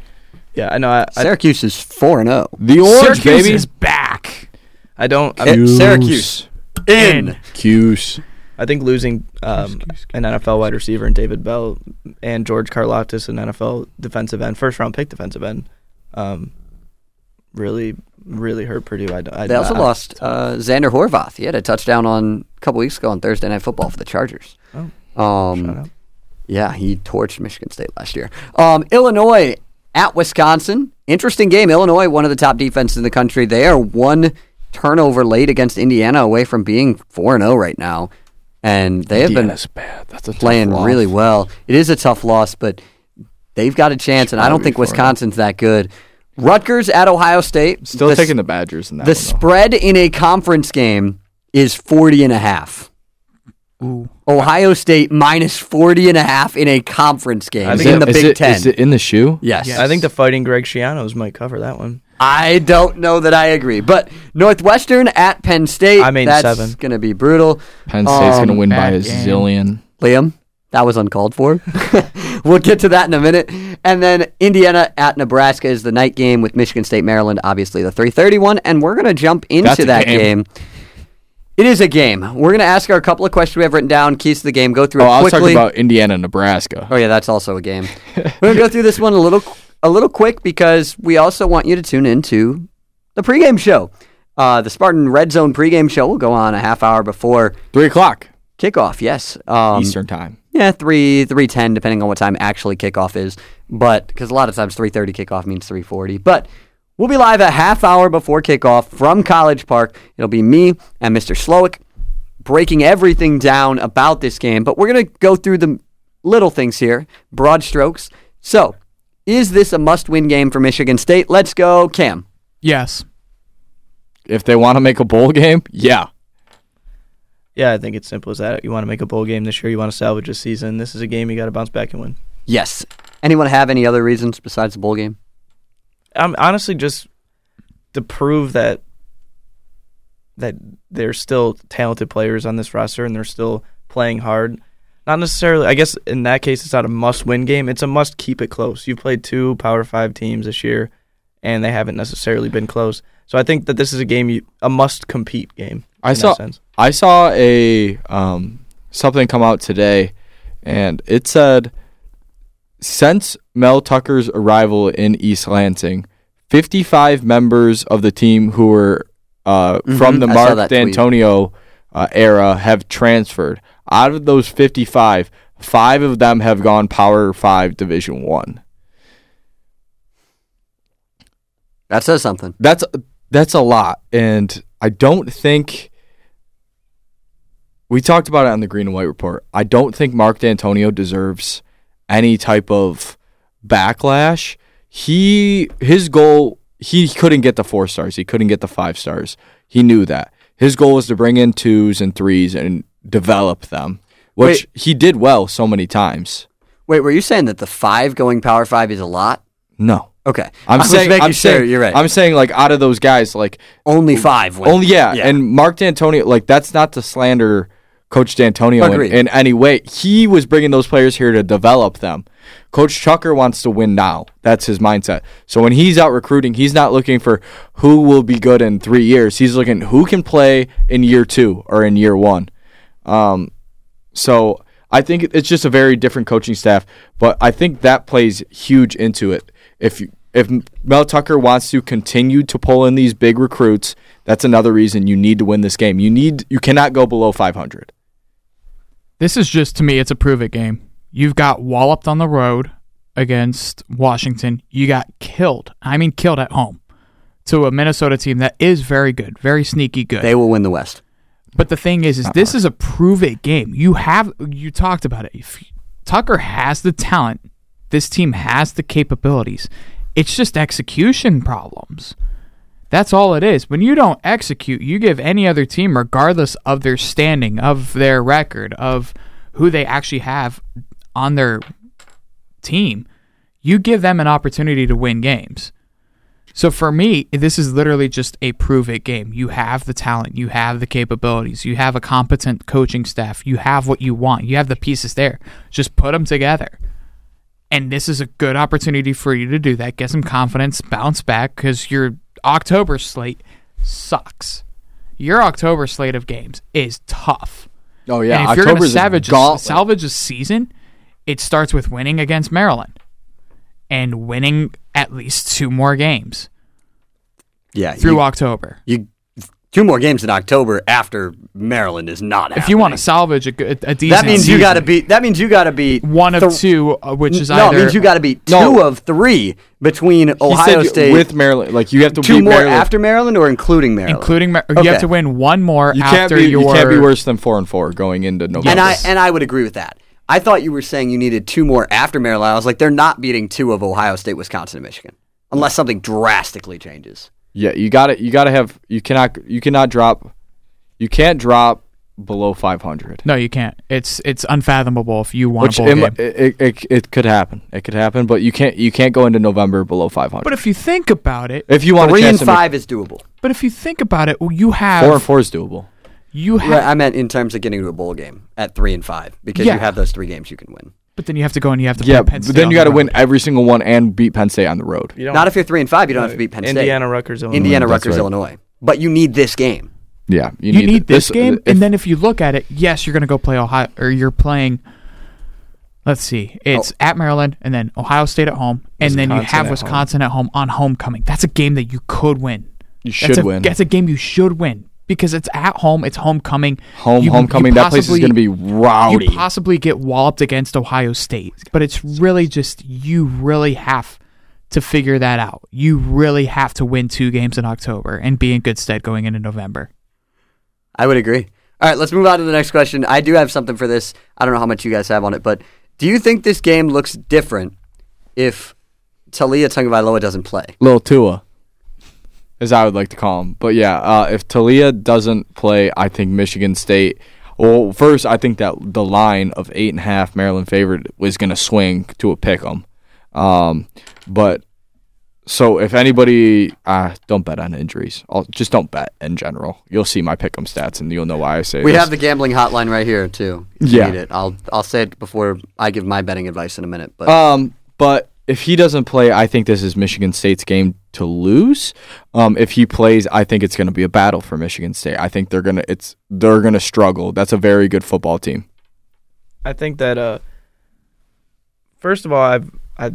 S3: yeah, I know. I, I,
S1: Syracuse is 4 and oh. 0.
S2: The orange
S4: Syracuse
S2: baby.
S4: is back.
S3: I don't. I,
S1: It- Syracuse.
S4: In.
S2: Cuse.
S3: I think losing um,
S4: Excuse-
S3: an NFL wide receiver and David Bell and George Karloftis, an NFL defensive end, first round pick defensive end, um, really, really hurt Purdue. I, don't- I,
S1: They also
S3: I-
S1: lost uh, Xander Horvath. He had a touchdown on a couple weeks ago on Thursday Night Football for the Chargers.
S3: Oh, shout
S1: Um,
S3: out.
S1: yeah, he torched Michigan State last year. Um, Illinois at Wisconsin. Interesting game. Illinois, one of the top defenses in the country. They are one turnover late against Indiana away from being 4 0 right now. And they have been
S2: Indiana's bad. That's a tough
S1: playing
S2: loss.
S1: really well. It is a tough loss, but they've got a chance, and I don't think
S2: Probably for them.
S1: Wisconsin's that good. Rutgers at Ohio State.
S2: Still
S1: the,
S2: taking the Badgers in that.
S1: the
S2: one, though.
S1: spread in a conference game is 40 and a half.
S4: Ooh.
S1: Ohio State minus 40 and a half in a conference game
S3: I
S2: Is
S3: think
S1: in
S2: it-
S1: the
S2: is
S1: Big
S2: it-
S1: Ten.
S2: Is it in the shoe?
S1: yes.
S4: Yes.
S3: I think the fighting Greg Schianos might cover that one.
S1: I don't know that I agree. But Northwestern at Penn State.
S3: I mean,
S1: that's
S3: seven.
S1: going to be brutal.
S2: Penn State's
S1: Um,
S2: gonna win by
S4: bad
S2: a
S4: game.
S2: zillion.
S1: Liam, that was uncalled for. [laughs] we'll get to that in a minute. And then Indiana at Nebraska is the night game with Michigan State, Maryland, obviously the 3:30 one, and we're going to jump into
S2: That's a
S1: that game.
S2: game.
S1: It is a game. We're going to ask our couple of questions we have written down, keys to the game, go through
S2: Oh,
S1: it
S2: I was
S1: quickly.
S2: talking about Indiana, Nebraska.
S1: oh yeah, that's also a game. we're going to go through this one a little a little quick because we also want you to tune into the pregame show. Uh, the Spartan Red Zone pregame show will go on a half hour before
S2: Three o'clock
S1: kickoff. Yes, um,
S2: Eastern time.
S1: yeah, three three ten, depending on what time actually kickoff is. But because a lot of times three thirty kickoff means three forty. But we'll be live a half hour before kickoff from College Park. It'll be me and Mr. Slowick breaking everything down about this game. But we're gonna go through the little things here, broad strokes. So, is this a must-win game for Michigan State? Let's go, Cam.
S4: Yes.
S2: If they want to make a bowl game, yeah.
S3: Yeah, I think it's simple as that. You want to make a bowl game this year. You want to salvage a season. This is a game you got to bounce back and win.
S1: Yes. Anyone have any other reasons besides the bowl game?
S3: I'm honestly just to prove that that there's still talented players on this roster and they're still playing hard. Not necessarily. I guess in that case, it's not a must-win game. It's a must keep it close. You've played two Power Five teams this year, and they haven't necessarily been close. So I think that this is a game you a must compete game.
S2: I
S3: in that
S2: saw
S3: sense.
S2: I saw a um, something come out today, and it said since Mel Tucker's arrival in East Lansing, 55 members of the team who were uh,
S1: Mhm,
S2: from the
S1: I saw
S2: Mark
S1: that tweet.
S2: D'Antonio uh, era have transferred. Out of those 55, five of them have gone Power Five Division One.
S1: That says something.
S2: that's that's a lot and i don't think we talked about it on the green and white report i don't think mark dantonio deserves any type of backlash he his goal he couldn't get the four stars he couldn't get the five stars he knew that his goal was to bring in twos and threes and develop them which he did well so many times
S1: Wait, were you saying that the five going Power Five is a lot?
S2: no
S1: Okay,
S2: I'm
S1: I was
S2: saying,
S1: making
S2: I'm
S1: sure
S2: saying,
S1: you're right.
S2: I'm saying, like, out of those guys, like,
S1: only five. Went.
S2: Only yeah, and Mark D'Antonio, like that's not to slander Coach D'Antonio in,
S1: Agreed.
S2: in any way. He was bringing those players here to develop them. Coach Chucker wants to win now. That's his mindset. So when he's out recruiting, he's not looking for who will be good in three years. He's looking who can play in year two or in year one. Um, so I think it- it's just a very different coaching staff, but I think that plays huge into it. If you, if Mel Tucker wants to continue to pull in these big recruits, that's another reason you need to win this game. You need you cannot go below 500.
S4: This is just to me, it's a prove it game. You've got walloped on the road against Washington. You got killed. I mean, killed at home to a Minnesota team that is very good, very sneaky good.
S1: they will win the West.
S4: But the thing is, is this is a prove it game. You have you talked about it. If Tucker has the talent. This team has the capabilities. It's just execution problems. That's all it is. When you don't execute, you give any other team, regardless of their standing, of their record, of who they actually have on their team, you give them an opportunity to win games. So for me, this is literally just a prove it game. You have the talent, you have the capabilities, you have a competent coaching staff, you have what you want, you have the pieces there. Just put them together. And this is a good opportunity for you to do that. Get some confidence, bounce back, because your October slate sucks. Your October slate of games is tough.
S2: Oh
S4: and if you're going to savage a, salvage a season, it starts with winning against Maryland and winning at least two more games
S1: Yeah,
S4: through October.
S1: you, two more games in October after Maryland is not.
S4: If you want to salvage a, good- a decent,
S1: that means you got to
S4: season,
S1: beat. That means you got to beat
S4: one of
S1: thr-
S4: two, uh, which is
S1: no,
S4: either
S1: it means you got to beat two
S2: No.
S1: of three between Ohio State
S2: with Maryland. Like you have to
S1: two
S2: beat
S1: more
S2: Maryland.
S1: after Maryland or including Maryland.
S4: including Mar- you
S1: Okay.
S4: have to win one more
S2: you can't
S4: after
S2: be
S4: your
S2: you can't be worse than 4 and 4 going into November.
S1: and I and I would agree with that. I thought you were saying you needed two more after Maryland. I was like, they're not beating two of Ohio State, Wisconsin, and Michigan unless something drastically changes.
S2: Yeah, you got to You got to have. You cannot. You cannot drop. You can't drop below 500.
S4: No, you can't. It's it's unfathomable if you want
S2: Which
S4: to bowl
S2: it,
S4: game.
S2: it, it, it, it could happen. It could happen, but you can't. You can't go into November below 500.
S4: But if you think about it,
S2: if you want
S1: Three
S2: a
S1: and
S2: chance to make-
S1: five is doable.
S4: but if you think about it, well, you have
S2: four and four is doable.
S4: you have,
S1: Right, I meant in terms of getting to a bowl game at three and five because
S4: Yeah.
S1: you have those three games you can win.
S4: but then you have to go and you have to
S2: Yeah,
S4: play Penn
S2: but
S4: State
S2: then
S4: on
S2: you
S4: the
S2: got to
S4: road.
S2: win every single one and beat Penn State on the road.
S3: You don't Uh,
S1: Not if you're three and five, you don't have to beat Penn State.
S3: Indiana, Rutgers, Illinois.
S1: Indiana,
S2: Mm, that's
S1: Rutgers,
S2: right.
S1: Illinois. But you need this game.
S2: Yeah,
S4: You, need, this, game,
S2: uh, if-
S4: and then if you look at it, yes, you're going to go play Ohio, or you're playing. Let's see, it's
S2: Oh.
S4: at Maryland, and then Ohio State at home, and then you
S3: Wisconsin
S4: have
S3: at
S4: Wisconsin at home on homecoming. That's a game that you could win.
S2: you
S4: that's
S2: should
S4: a,
S2: win.
S4: That's a game you should win because it's at home. It's homecoming.
S2: Home
S4: You- you
S2: homecoming. that place is
S4: possibly-
S2: going to be rowdy.
S4: You possibly get walloped against Ohio State, but it's really just you really have to figure that out. You really have to win two games in October and be in good stead going into November.
S1: I would agree. All right, let's move on to the next question. I do have something for this. I don't know how much you guys have on it, but do you think this game looks different if Talia Tungvailoa doesn't play?
S2: Lil Tua, as I would like to call him. But yeah, uh, if Talia doesn't play, I think Michigan State. Well, first, I think that the line of eight and a half Maryland favored was going to swing to a pick 'em. Um, but so if anybody, uh, don't bet on injuries. i just don't bet in general. You'll see my pick 'em stats, and you'll know why I say
S1: We
S2: this.
S1: have the gambling hotline right here too. If
S2: Yeah.
S1: you need it. I'll I'll say it before I give my betting advice in a minute. But
S2: Um, but if he doesn't play, I think this is Michigan State's game to lose. Um, if he plays, I think it's going to be a battle for Michigan State. I think they're gonna it's they're gonna struggle. That's a very good football team.
S3: I think that uh, first of all, I've I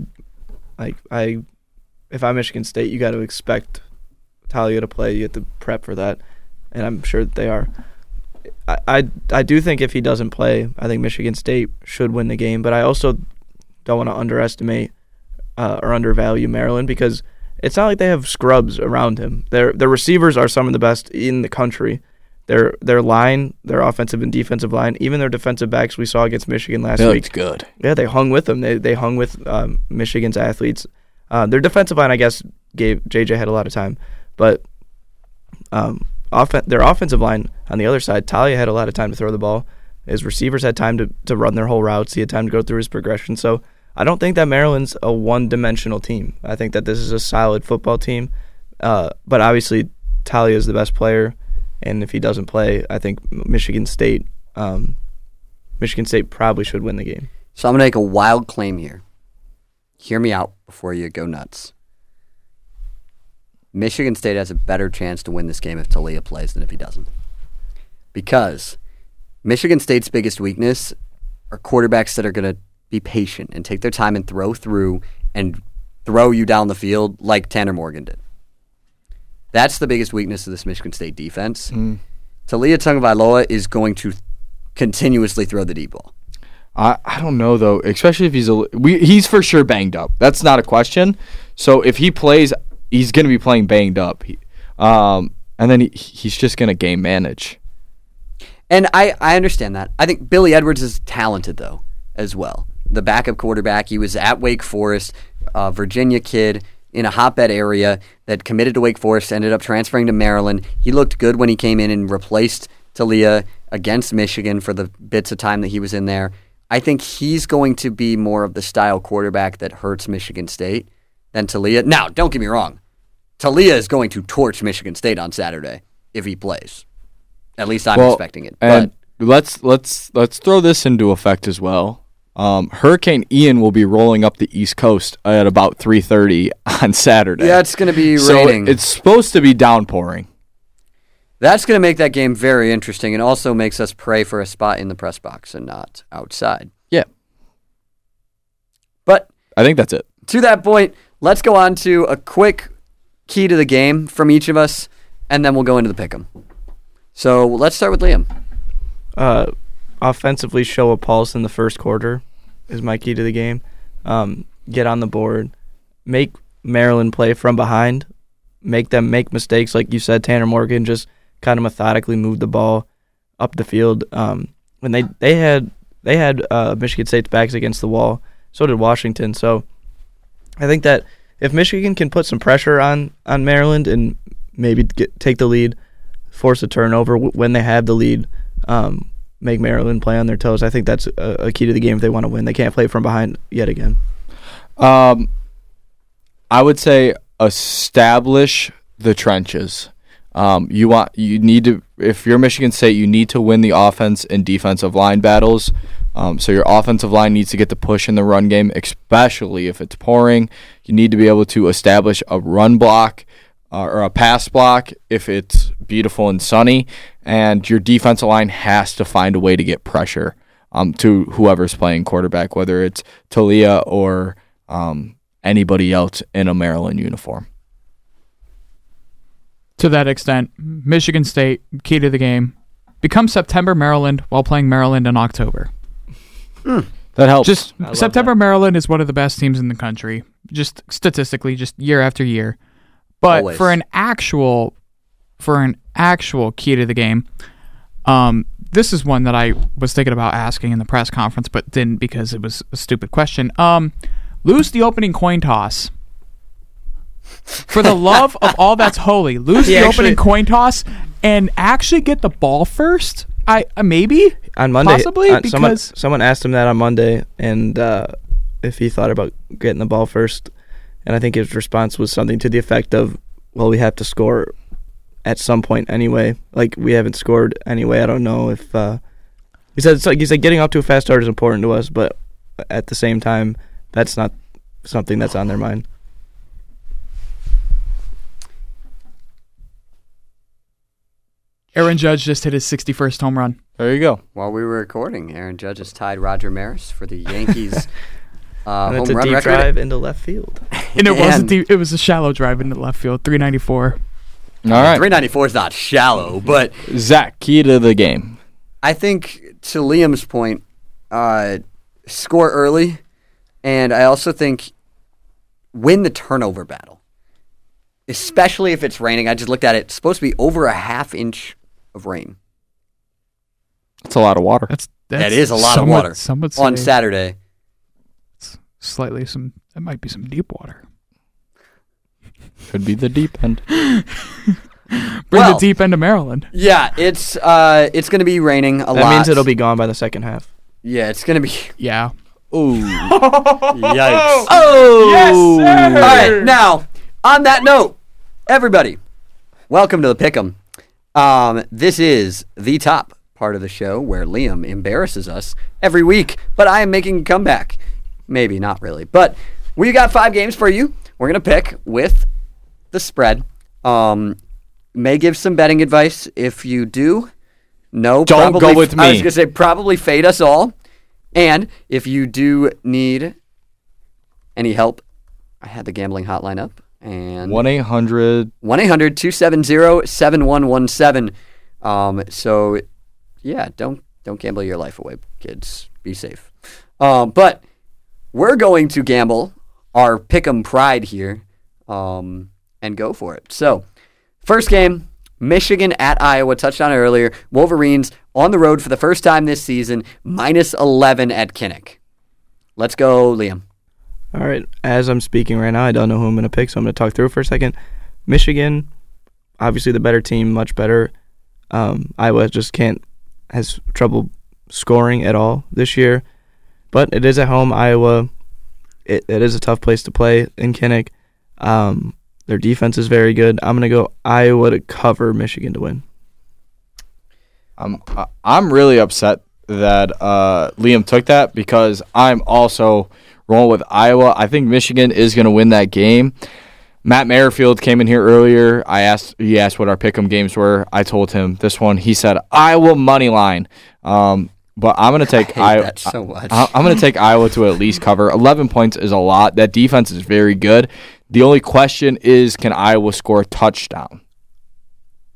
S3: like I if I'm Michigan State, you got to expect Talia to play. You have to prep for that, and I'm sure that they are. I, I I do think if he doesn't play, I think Michigan State should win the game. But I also don't want to underestimate uh, or undervalue Maryland because it's not like they have scrubs around him. Their their receivers are some of the best in the country. Their their line, their offensive and defensive line, even their defensive backs we saw against Michigan last week.
S2: good.
S3: Yeah, they hung with them. They they hung with um, Michigan's athletes. Uh, their defensive line, I guess, gave JJ had a lot of time, but um, offen- their offensive line on the other side, Talia had a lot of time to throw the ball. His receivers had time to, to run their whole routes. He had time to go through his progression. So I don't think that Maryland's a one dimensional team. I think that this is a solid football team, uh, but obviously Talia is the best player, and if he doesn't play, I think Michigan State. Um, Michigan State probably should win the game.
S1: so I'm gonna make a wild claim here. Hear me out before you go nuts. Michigan State has a better chance to win this game if Talia plays than if he doesn't. Because Michigan State's biggest weakness are quarterbacks that are going to be patient and take their time and throw through and throw you down the field like Tanner Morgan did. That's the biggest weakness of this Michigan State defense. Talia Tungvailoa is going to continuously throw the deep ball.
S2: I, I don't know though, especially if he's a we, he's for sure banged up. That's not a question. So if he plays, he's gonna be playing banged up. He, um, and then he, he's just gonna game manage.
S1: And I, I understand that. I think Billy Edwards is talented, though, as well. The backup quarterback. He was at Wake Forest, uh, Virginia kid in a hotbed area that committed to Wake Forest, ended up transferring to Maryland. He looked good when he came in and replaced Talia against Michigan for the bits of time that he was in there. I think he's going to be more of the style quarterback that hurts Michigan State than Talia. Now, don't get me wrong. Talia is going to torch Michigan State on Saturday if he plays. At least I'm
S2: Well,
S1: expecting it.
S2: And let's let's let's throw this into effect as well. Um, Hurricane Ian will be rolling up the East Coast at about 3:30 [laughs] on Saturday.
S1: but yeah, it's going to be
S2: so
S1: raining.
S2: it's supposed to be downpouring.
S1: That's going to make that game very interesting and also makes us pray for a spot in the press box and not outside.
S2: Yeah,
S1: But
S2: I think that's it.
S1: to that point, let's go on to a quick key to the game from each of us, and then we'll go into the pick 'em. So let's start with Liam.
S3: uh, offensively show a pulse in the first quarter is my key to the game. Um, get on the board, make Maryland play from behind, make them make mistakes like you said. Tanner Morgan just kind of methodically moved the ball up the field. Um, when they they had they had uh, Michigan State's backs against the wall, so did Washington. So I think that if Michigan can put some pressure on on Maryland and maybe get, take the lead, force a turnover w- when they have the lead, um, make Maryland play on their toes. I think that's a, a key to the game if they want to win. They can't play from behind yet again.
S2: Um, I would say establish the trenches. Um, you want you need to if you're Michigan State, you need to win the offense and defensive line battles. Um, so your offensive line needs to get the push in the run game, especially if it's pouring. You need to be able to establish a run block uh, or a pass block if it's beautiful and sunny, and your defensive line has to find a way to get pressure um, to whoever's playing quarterback, whether it's Talia or um, anybody else in a Maryland uniform.
S4: to that extent, Michigan State, key to the game, become September Maryland while playing Maryland in October.
S2: Oh, That helps.
S4: Just September Maryland is one of the best teams in the country, just statistically, just year after year. But
S1: Always.
S4: for an actual, for an actual key to the game, um, this is one that I was thinking about asking in the press conference, but didn't because it was a stupid question. Um, lose the opening coin toss. For the love of all that's holy, lose
S3: He
S4: the
S3: actually-
S4: opening coin toss and actually get the ball first. I uh, maybe
S3: on Monday.
S4: Possibly,
S3: uh, someone,
S4: because-
S3: someone asked him that on Monday, and uh, if he thought about getting the ball first, and I think his response was something to the effect of, "Well, we have to score at some point anyway. Like we haven't scored anyway. I don't know if." Uh, he said, it's like, "He said getting off to a fast start is important to us, but at the same time, that's not something that's on their mind."
S4: Aaron Judge just hit his 61st home run.
S2: there you go.
S1: While we were recording, Aaron Judge has tied Roger Maris
S2: [laughs]
S1: for the Yankees uh,
S3: and
S1: home
S3: it's a
S1: run
S3: deep
S1: record.
S3: drive into left field.
S4: And it was a
S1: And-
S4: deep, it was a shallow drive into left field, 394.
S2: All right,
S1: 394 is not shallow, but
S2: Zach, key to the game.
S1: I think to Liam's point, uh, score early, and I also think win the turnover battle, especially if it's raining. I just looked at it; it's supposed to be over a half inch of rain.
S2: That's a lot of water.
S4: That's, that's
S1: That is a lot
S4: somewhat-
S1: of water
S4: Some would say
S1: on Saturday.
S4: slightly some that might be some deep water.
S2: [laughs] Could be the deep end.
S4: Bring
S1: Well-
S4: the deep end of Maryland.
S1: Yeah, it's uh, it's going to be raining a
S3: That
S1: lot.
S3: means it'll be gone by the second half.
S1: yeah, it's going to be
S4: Yeah.
S2: Ooh.
S1: yikes. [laughs] Oh,
S4: sir!
S1: All right, now on that note, everybody, welcome to the Pick'em. Um, this is the top part of the show where Liam embarrasses us every week, but I am making a comeback. Maybe not really, but we got five games for you. We're gonna pick with the spread. Um, may give some betting advice if you do. No,
S2: Don't
S1: probably
S2: go with
S1: I was
S2: me.
S1: gonna say probably fade us all. And if you do need any help, I had the gambling hotline up and
S2: 1 800.
S1: 1 800 270 7117. Um, so, yeah, don't don't gamble your life away, kids. Be safe. Um, but we're going to gamble our pick 'em pride here um, and go for it. So, first game Michigan at Iowa, touched on it earlier. Wolverines on the road for the first time this season, minus 11 at Kinnick. Let's go, Liam.
S3: All right. As I'm speaking right now, I don't know who I'm going to pick, so I'm going to talk through for a second. Michigan, obviously the better team, much better. Um, Iowa just can't has trouble scoring at all this year, but it is at home. Iowa, it, it is a tough place to play in Kinnick. Um, their defense is very good. I'm going to go Iowa to cover Michigan to win.
S2: I'm, I- I'm really upset that uh, Liam took that because I'm also rolling with Iowa. I think Michigan is going to win that game. Matt Merrifield came in here earlier. I asked he asked what our pick'em games were. I told him this one. He said Iowa money line. Um, but I'm gonna take
S1: hate
S2: Iowa.
S1: that so much.
S2: I, I'm gonna take Iowa to at least cover. 11 points is a lot. That defense is very good. The only question is, can Iowa score a touchdown?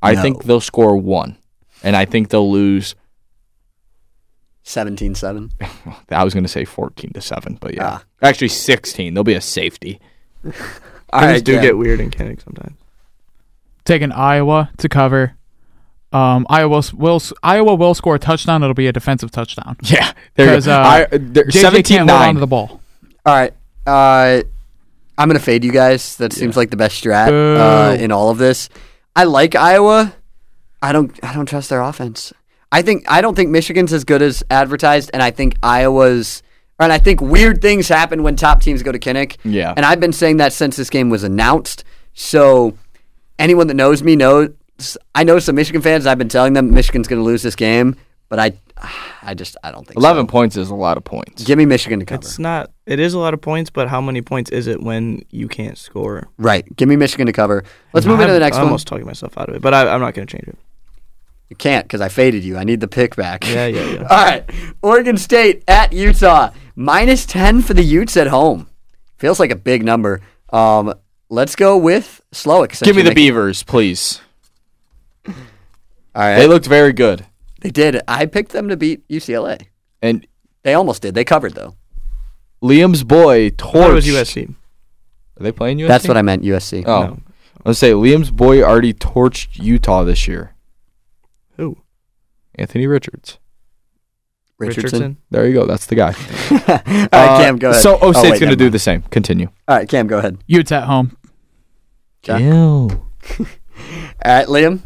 S2: I think they'll score one, and I think they'll lose. [sighs]
S1: 17 7.
S2: I was gonna say 14 to seven, but yeah,
S1: Ah.
S2: actually 16. They'll be a safety.
S1: All
S3: Things
S1: right,
S3: do
S1: Jim.
S3: get weird in Kinnick sometimes.
S4: Taking Iowa to cover. Um, Iowa s- will s- Iowa will score a touchdown. It'll be a defensive touchdown.
S2: [laughs] Yeah,
S4: Because uh,
S2: I- they're
S4: JJ can't hold on
S2: 17-9.
S4: to the ball.
S1: All right. Uh, I'm gonna fade you guys. That seems like the best strat uh,
S4: Boo.
S1: in all of this. I like Iowa. I don't. I don't trust their offense. I think. I don't think Michigan's as good as advertised, and I think Iowa's. And I think weird things happen when top teams go to Kinnick.
S2: Yeah.
S1: And I've been saying that since this game was announced. So anyone that knows me knows I know some Michigan fans. I've been telling them Michigan's going to lose this game, but I, I just I don't think so.
S2: Eleven points is a lot of points.
S1: Give me Michigan to cover.
S3: It's not. It is a lot of points, but how many points is it when you can't score?
S1: Right. Give me Michigan to cover. Let's move into the next
S3: I'm
S1: one.
S3: almost talking myself out of it, but I, I'm not going to change it.
S1: You can't because I faded you. I need the pick back.
S3: Yeah, yeah, yeah.
S1: [laughs] All right. Oregon State at Utah. Minus 10 for the Utes at home. Feels like a big number. Um, let's go with Slowick. since
S2: Give me
S1: you
S2: the
S1: make-
S2: Beavers, please.
S1: All right.
S2: They looked very good,
S1: they did. I picked them to beat UCLA.
S2: and
S1: They almost did. They covered, though.
S2: Liam's boy
S3: Or it was
S2: torched.
S3: USC.
S2: Are they playing USC?
S1: That's what I meant, USC.
S2: Oh,
S3: No.
S2: I was say Liam's boy already torched Utah this year.
S3: Who?
S2: Anthony Richards.
S1: Richardson.
S2: There you go. That's the guy.
S1: [laughs] All
S2: Uh,
S1: right, Cam, go ahead.
S2: So O
S1: Oh,
S2: State's
S1: wait,
S2: going to
S1: never
S2: do
S1: mind.
S2: the same. Continue.
S1: All right, Cam, go ahead.
S4: Utes at home.
S1: Jack?
S2: Ew.
S1: All right, Liam.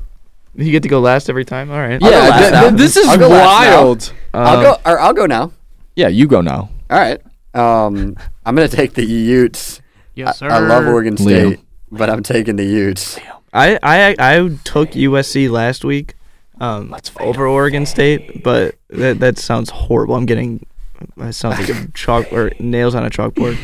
S3: You get to go last every time. All right.
S1: I'll go
S2: Yeah,
S1: last
S2: th-
S1: now.
S2: th- this is
S1: I'll go last now.
S2: wild.
S1: I'll go. Or I'll go now.
S2: Yeah, you go now.
S1: All right. Um, I'm gonna take the Utes.
S4: Yes,
S1: I, I love
S4: sir.
S1: Oregon
S2: Liam.
S1: State, but I'm taking the Utes. [laughs]
S3: I I I took USC last week um, over Oregon State, but that that sounds horrible. I'm getting that sounds like
S1: [laughs]
S3: a chalk or nails on a chalkboard.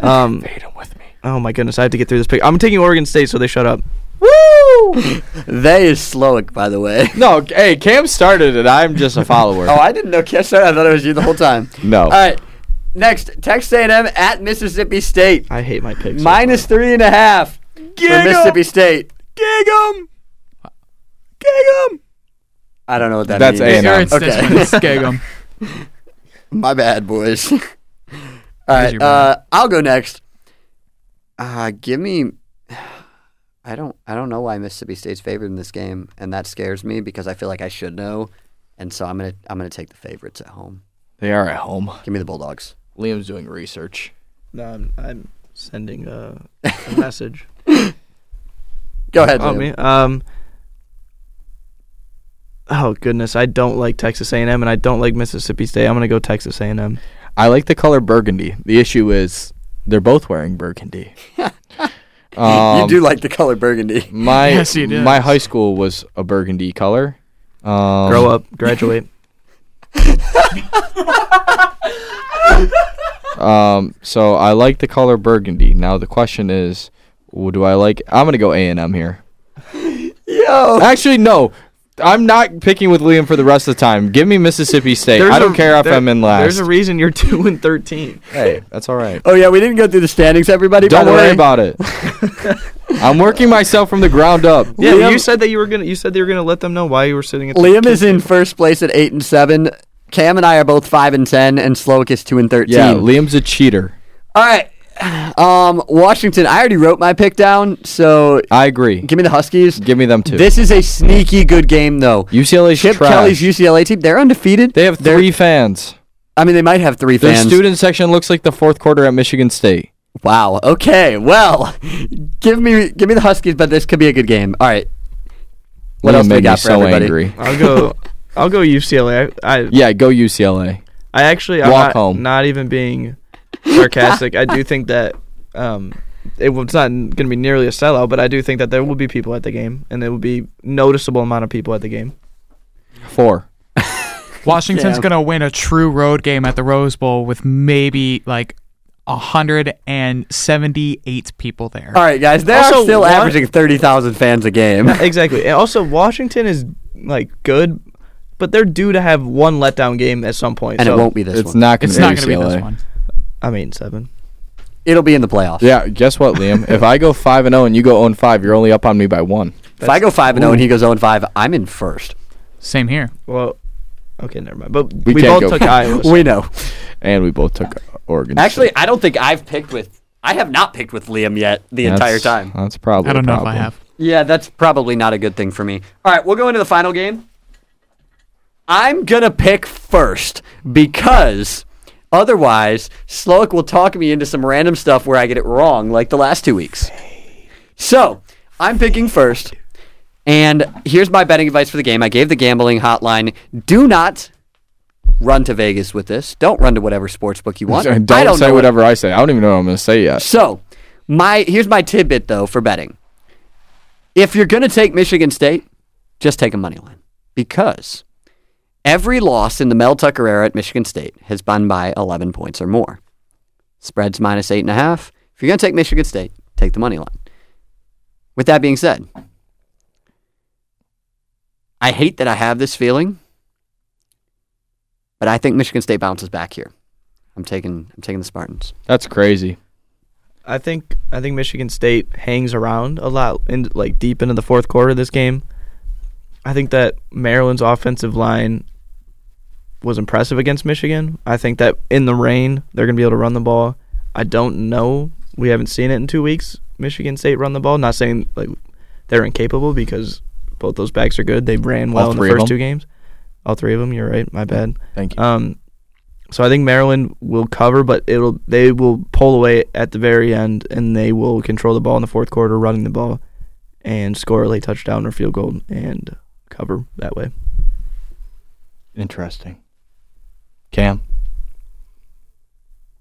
S3: Um,
S2: with me.
S3: oh my goodness, I have to get through this pick. I'm taking Oregon State, so they shut up.
S2: Woo!
S1: They is Slowick, by the way.
S2: no, hey, Cam started it. I'm just a follower.
S1: [laughs] Oh, I didn't know Kiss started. I thought it was you the whole time.
S2: No.
S1: All right. Next, Texas A&M at Mississippi State.
S3: I hate my picks. so
S1: Minus three and a half for Mississippi State.
S2: Gig 'em. Gig 'em.
S1: I don't know what that
S2: That's
S1: means.
S2: A&M.
S4: Ignorance,
S1: Okay.
S4: that's when
S1: [laughs]
S4: it's Skagum.
S1: My bad, boys. [laughs] All
S4: your
S1: right,
S4: bad.
S1: uh, I'll go next. Uh, give me. I don't. I don't know why Mississippi State's favored in this game, and that scares me because I feel like I should know, and so I'm gonna. I'm gonna take the favorites at home.
S2: They are at home.
S1: Give me the Bulldogs.
S2: Liam's doing research.
S3: far. No, I'm, I'm sending a,
S2: [laughs]
S3: a message.
S1: Go ahead.
S3: Oh
S1: Liam.
S3: me. Um. Oh goodness, I don't like Texas A&M and I don't like Mississippi State. I'm gonna go Texas A&M.
S2: I like the color burgundy. The issue is they're both wearing burgundy.
S1: [laughs] you
S2: Um,
S1: do like the color burgundy. [laughs]
S2: my
S4: Yes, he does.
S2: my high school was a burgundy color. Um,
S3: Grow up,
S2: [laughs]
S3: graduate.
S2: Um, so I like the color burgundy. Now the question is, w- do I like? I'm gonna go A and M here.
S1: Yo.
S2: Actually, no. I'm not picking with Liam for the rest of the time. Give me
S1: [laughs]
S2: Mississippi State. I
S3: There's
S2: don't
S3: a-
S2: care if
S3: there-
S2: I'm in last.
S3: There's a reason you're [laughs] two and thirteen.
S2: hey, that's all right.
S1: Oh yeah, we didn't go through the standings, everybody. by
S2: Don't
S1: the
S2: worry
S1: way. [laughs]
S2: about it. I'm working myself from the ground up.
S3: Yeah,
S1: Liam-
S3: you said that you were gonna. You said that you were gonna let them know why you were sitting at. the
S1: Liam is
S3: kitchen
S1: in
S3: table.
S1: first place at eight and seven. Cam and I are both five and ten, and Slowick is two and thirteen.
S2: Yeah, Liam's a cheater.
S1: All right. Um, Washington. I already wrote my pick down, so
S2: I agree.
S1: give me the Huskies.
S2: Give me them too.
S1: This is a sneaky good game, though.
S2: UCLA's
S1: Chip
S2: trash.
S1: Kelly's UCLA team. They're undefeated.
S2: they have
S1: They're-
S2: three fans.
S1: I mean, they might have three
S2: Their
S1: fans.
S2: student section looks like the fourth quarter at Michigan State.
S1: wow. Okay. Well, give me give me the Huskies, but this could be a good game. All right. What
S2: Liam
S1: else we
S2: made me
S1: got for
S2: so
S1: everybody?
S2: angry.
S3: I'll
S2: [laughs]
S3: go. I'll go UCLA. I I,
S2: Yeah, go UCLA.
S3: I actually I'm
S2: Walk
S3: not,
S2: home.
S3: not even being sarcastic. I do think that um it, will- it's not going to be nearly a sellout, but I do think that there will be people at the game, and there will be noticeable amount of people at the game.
S2: Four.
S4: Washington's
S1: Yeah.
S4: gonna win a true road game at the Rose Bowl with maybe like hundred and seventy-eight people there.
S1: All right, guys. They are
S3: Also,
S1: still
S3: what-
S1: averaging thirty thousand fans a
S2: [laughs]
S1: game. [laughs]
S3: exactly. And also, Washington is like good, but they're due to have one letdown game at some point.
S1: And
S3: so,
S1: it won't be this
S2: it's
S1: one.
S2: not going
S4: It's
S2: to be
S4: not
S2: UCLA.
S4: gonna be this one.
S3: I mean, seven.
S1: It'll be in the playoffs.
S2: Yeah, guess what, Liam? if I go five and zero and you go zero and five, you're only up on me by one.
S1: If I go five and zero and he goes zero and five, I'm in first.
S4: Same here.
S3: Well, okay, never mind. But
S2: We
S3: we,
S2: can't
S3: both
S2: go-
S3: took Iowa.
S1: [laughs]
S3: so-
S1: We know.
S2: And we both took Oregon.
S1: Actually, I don't think I've picked with. I have not picked with Liam yet the
S2: State.
S1: entire
S2: That's-
S1: time.
S2: That's probably.
S4: I don't
S2: a
S4: know if I
S2: problem.
S4: have.
S1: Yeah, that's probably not a good thing for me. All right, we'll go into the final game. I'm going to pick first because Otherwise, Sloak will talk me into some random stuff where I get it wrong, like the last two weeks. So I'm picking first. And here's my betting advice for the game. I gave the gambling hotline. Do not run to Vegas with this. Don't run to whatever sports book you want. I
S2: [laughs] Don't, say
S1: know what-
S2: whatever I say. I don't even know what I'm going to say yet.
S1: so, my here's my tidbit though for betting. If you're going to take Michigan State, just take a money line because every loss in the Mel Tucker era at Michigan State has been by 11 points or more. Spreads minus eight and a half. If you're going to take Michigan State, take the money line. With that being said, I hate that I have this feeling, but I think Michigan State bounces back here. I'm taking I'm taking the Spartans.
S2: That's crazy.
S3: I think I think Michigan State hangs around a lot in like deep into the fourth quarter of this game. I think that Maryland's offensive line was impressive against Michigan. I think that in the rain they're going to be able to run the ball. I don't know. We haven't seen it in 2 weeks. Michigan State run the ball. Not saying like they're incapable because both those backs are good. They ran well in the
S2: three of
S3: first
S2: them?
S3: two games. All three of them, you're right. My bad.
S2: Thank you.
S3: Um, so I think Maryland will cover, but it'll they will pull away at the very end, and they will control the ball in the fourth quarter, running the ball, and score a late touchdown or field goal and cover that way.
S2: Interesting. Cam,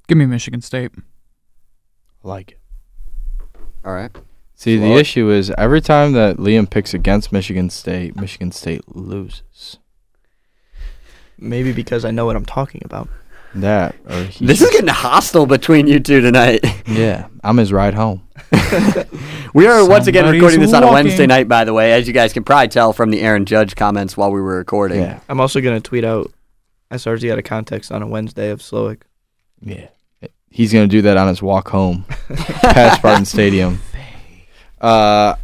S4: Give me Michigan State.
S2: like it.
S1: All right.
S2: See, the
S1: Slow it.
S2: issue is every time that Liam picks against Michigan State, Michigan State loses.
S3: Maybe because I know what I'm talking about.
S2: That or he
S1: This
S2: [laughs]
S1: is
S2: just-
S1: getting hostile between you two tonight. [laughs]
S2: yeah. I'm his ride home.
S1: We are once again
S4: Somebody's
S1: recording this on a
S4: walking.
S1: Wednesday night, by the way, as you guys can probably tell from the Aaron Judge comments while we were recording.
S2: Yeah,
S3: I'm also gonna tweet out SRG out of context on a Wednesday of Slowick.
S2: yeah. He's gonna do that on his walk home, past Spartan Stadium. Uh,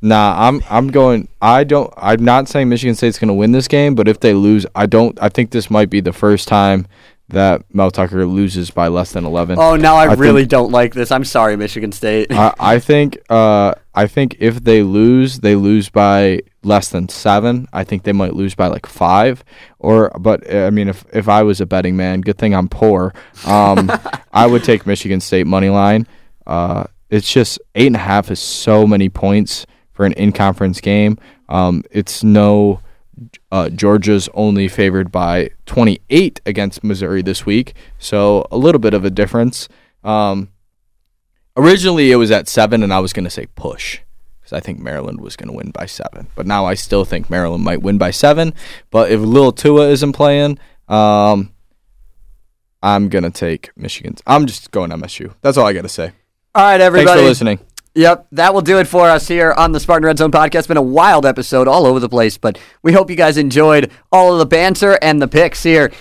S2: nah, I'm I'm going. I don't. I'm not saying Michigan State's gonna win this game, but if they lose, I don't. I think this might be the first time that Mel Tucker loses by less than eleven.
S1: Oh, now I,
S2: I
S1: really
S2: think-
S1: don't like this. I'm sorry, Michigan State. [laughs]
S2: [laughs] I, I think uh, I think if they lose, they lose by less than seven. I think they might lose by like five. Or, but uh, I mean, if if I was a betting man, good thing I'm poor. Um, I would take Michigan State money line. Uh, it's just eight and a half is so many points for an in conference game. Um, it's no. Uh, Georgia's only favored by 28 against Missouri this week, so a little bit of a difference. Um, Originally, it was at seven, and I was going to say push because I think Maryland was going to win by seven. But now I still think Maryland might win by seven. But if Lil Tua isn't playing, um, I'm going to take Michigan. I'm just going MSU. That's all I got to say.
S1: All right, everybody.
S2: Thanks for listening.
S1: Yep, that will do it for us here on the Spartan Red Zone podcast. It's been a wild episode all over the place, but we hope you guys enjoyed all of the banter and the picks here.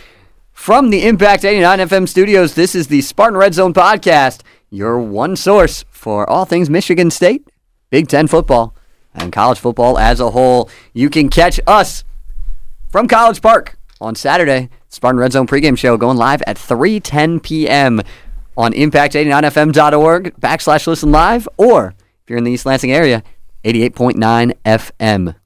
S1: From the Impact 89 FM studios, this is the Spartan Red Zone podcast, your one source for all things Michigan State, Big Ten football, and college football as a whole. You can catch us from College Park on Saturday. Spartan Red Zone pregame show going live at 3:10 p.m. on impact89fm.org backslash listen live, or if you're in the East Lansing area, 88.9 FM.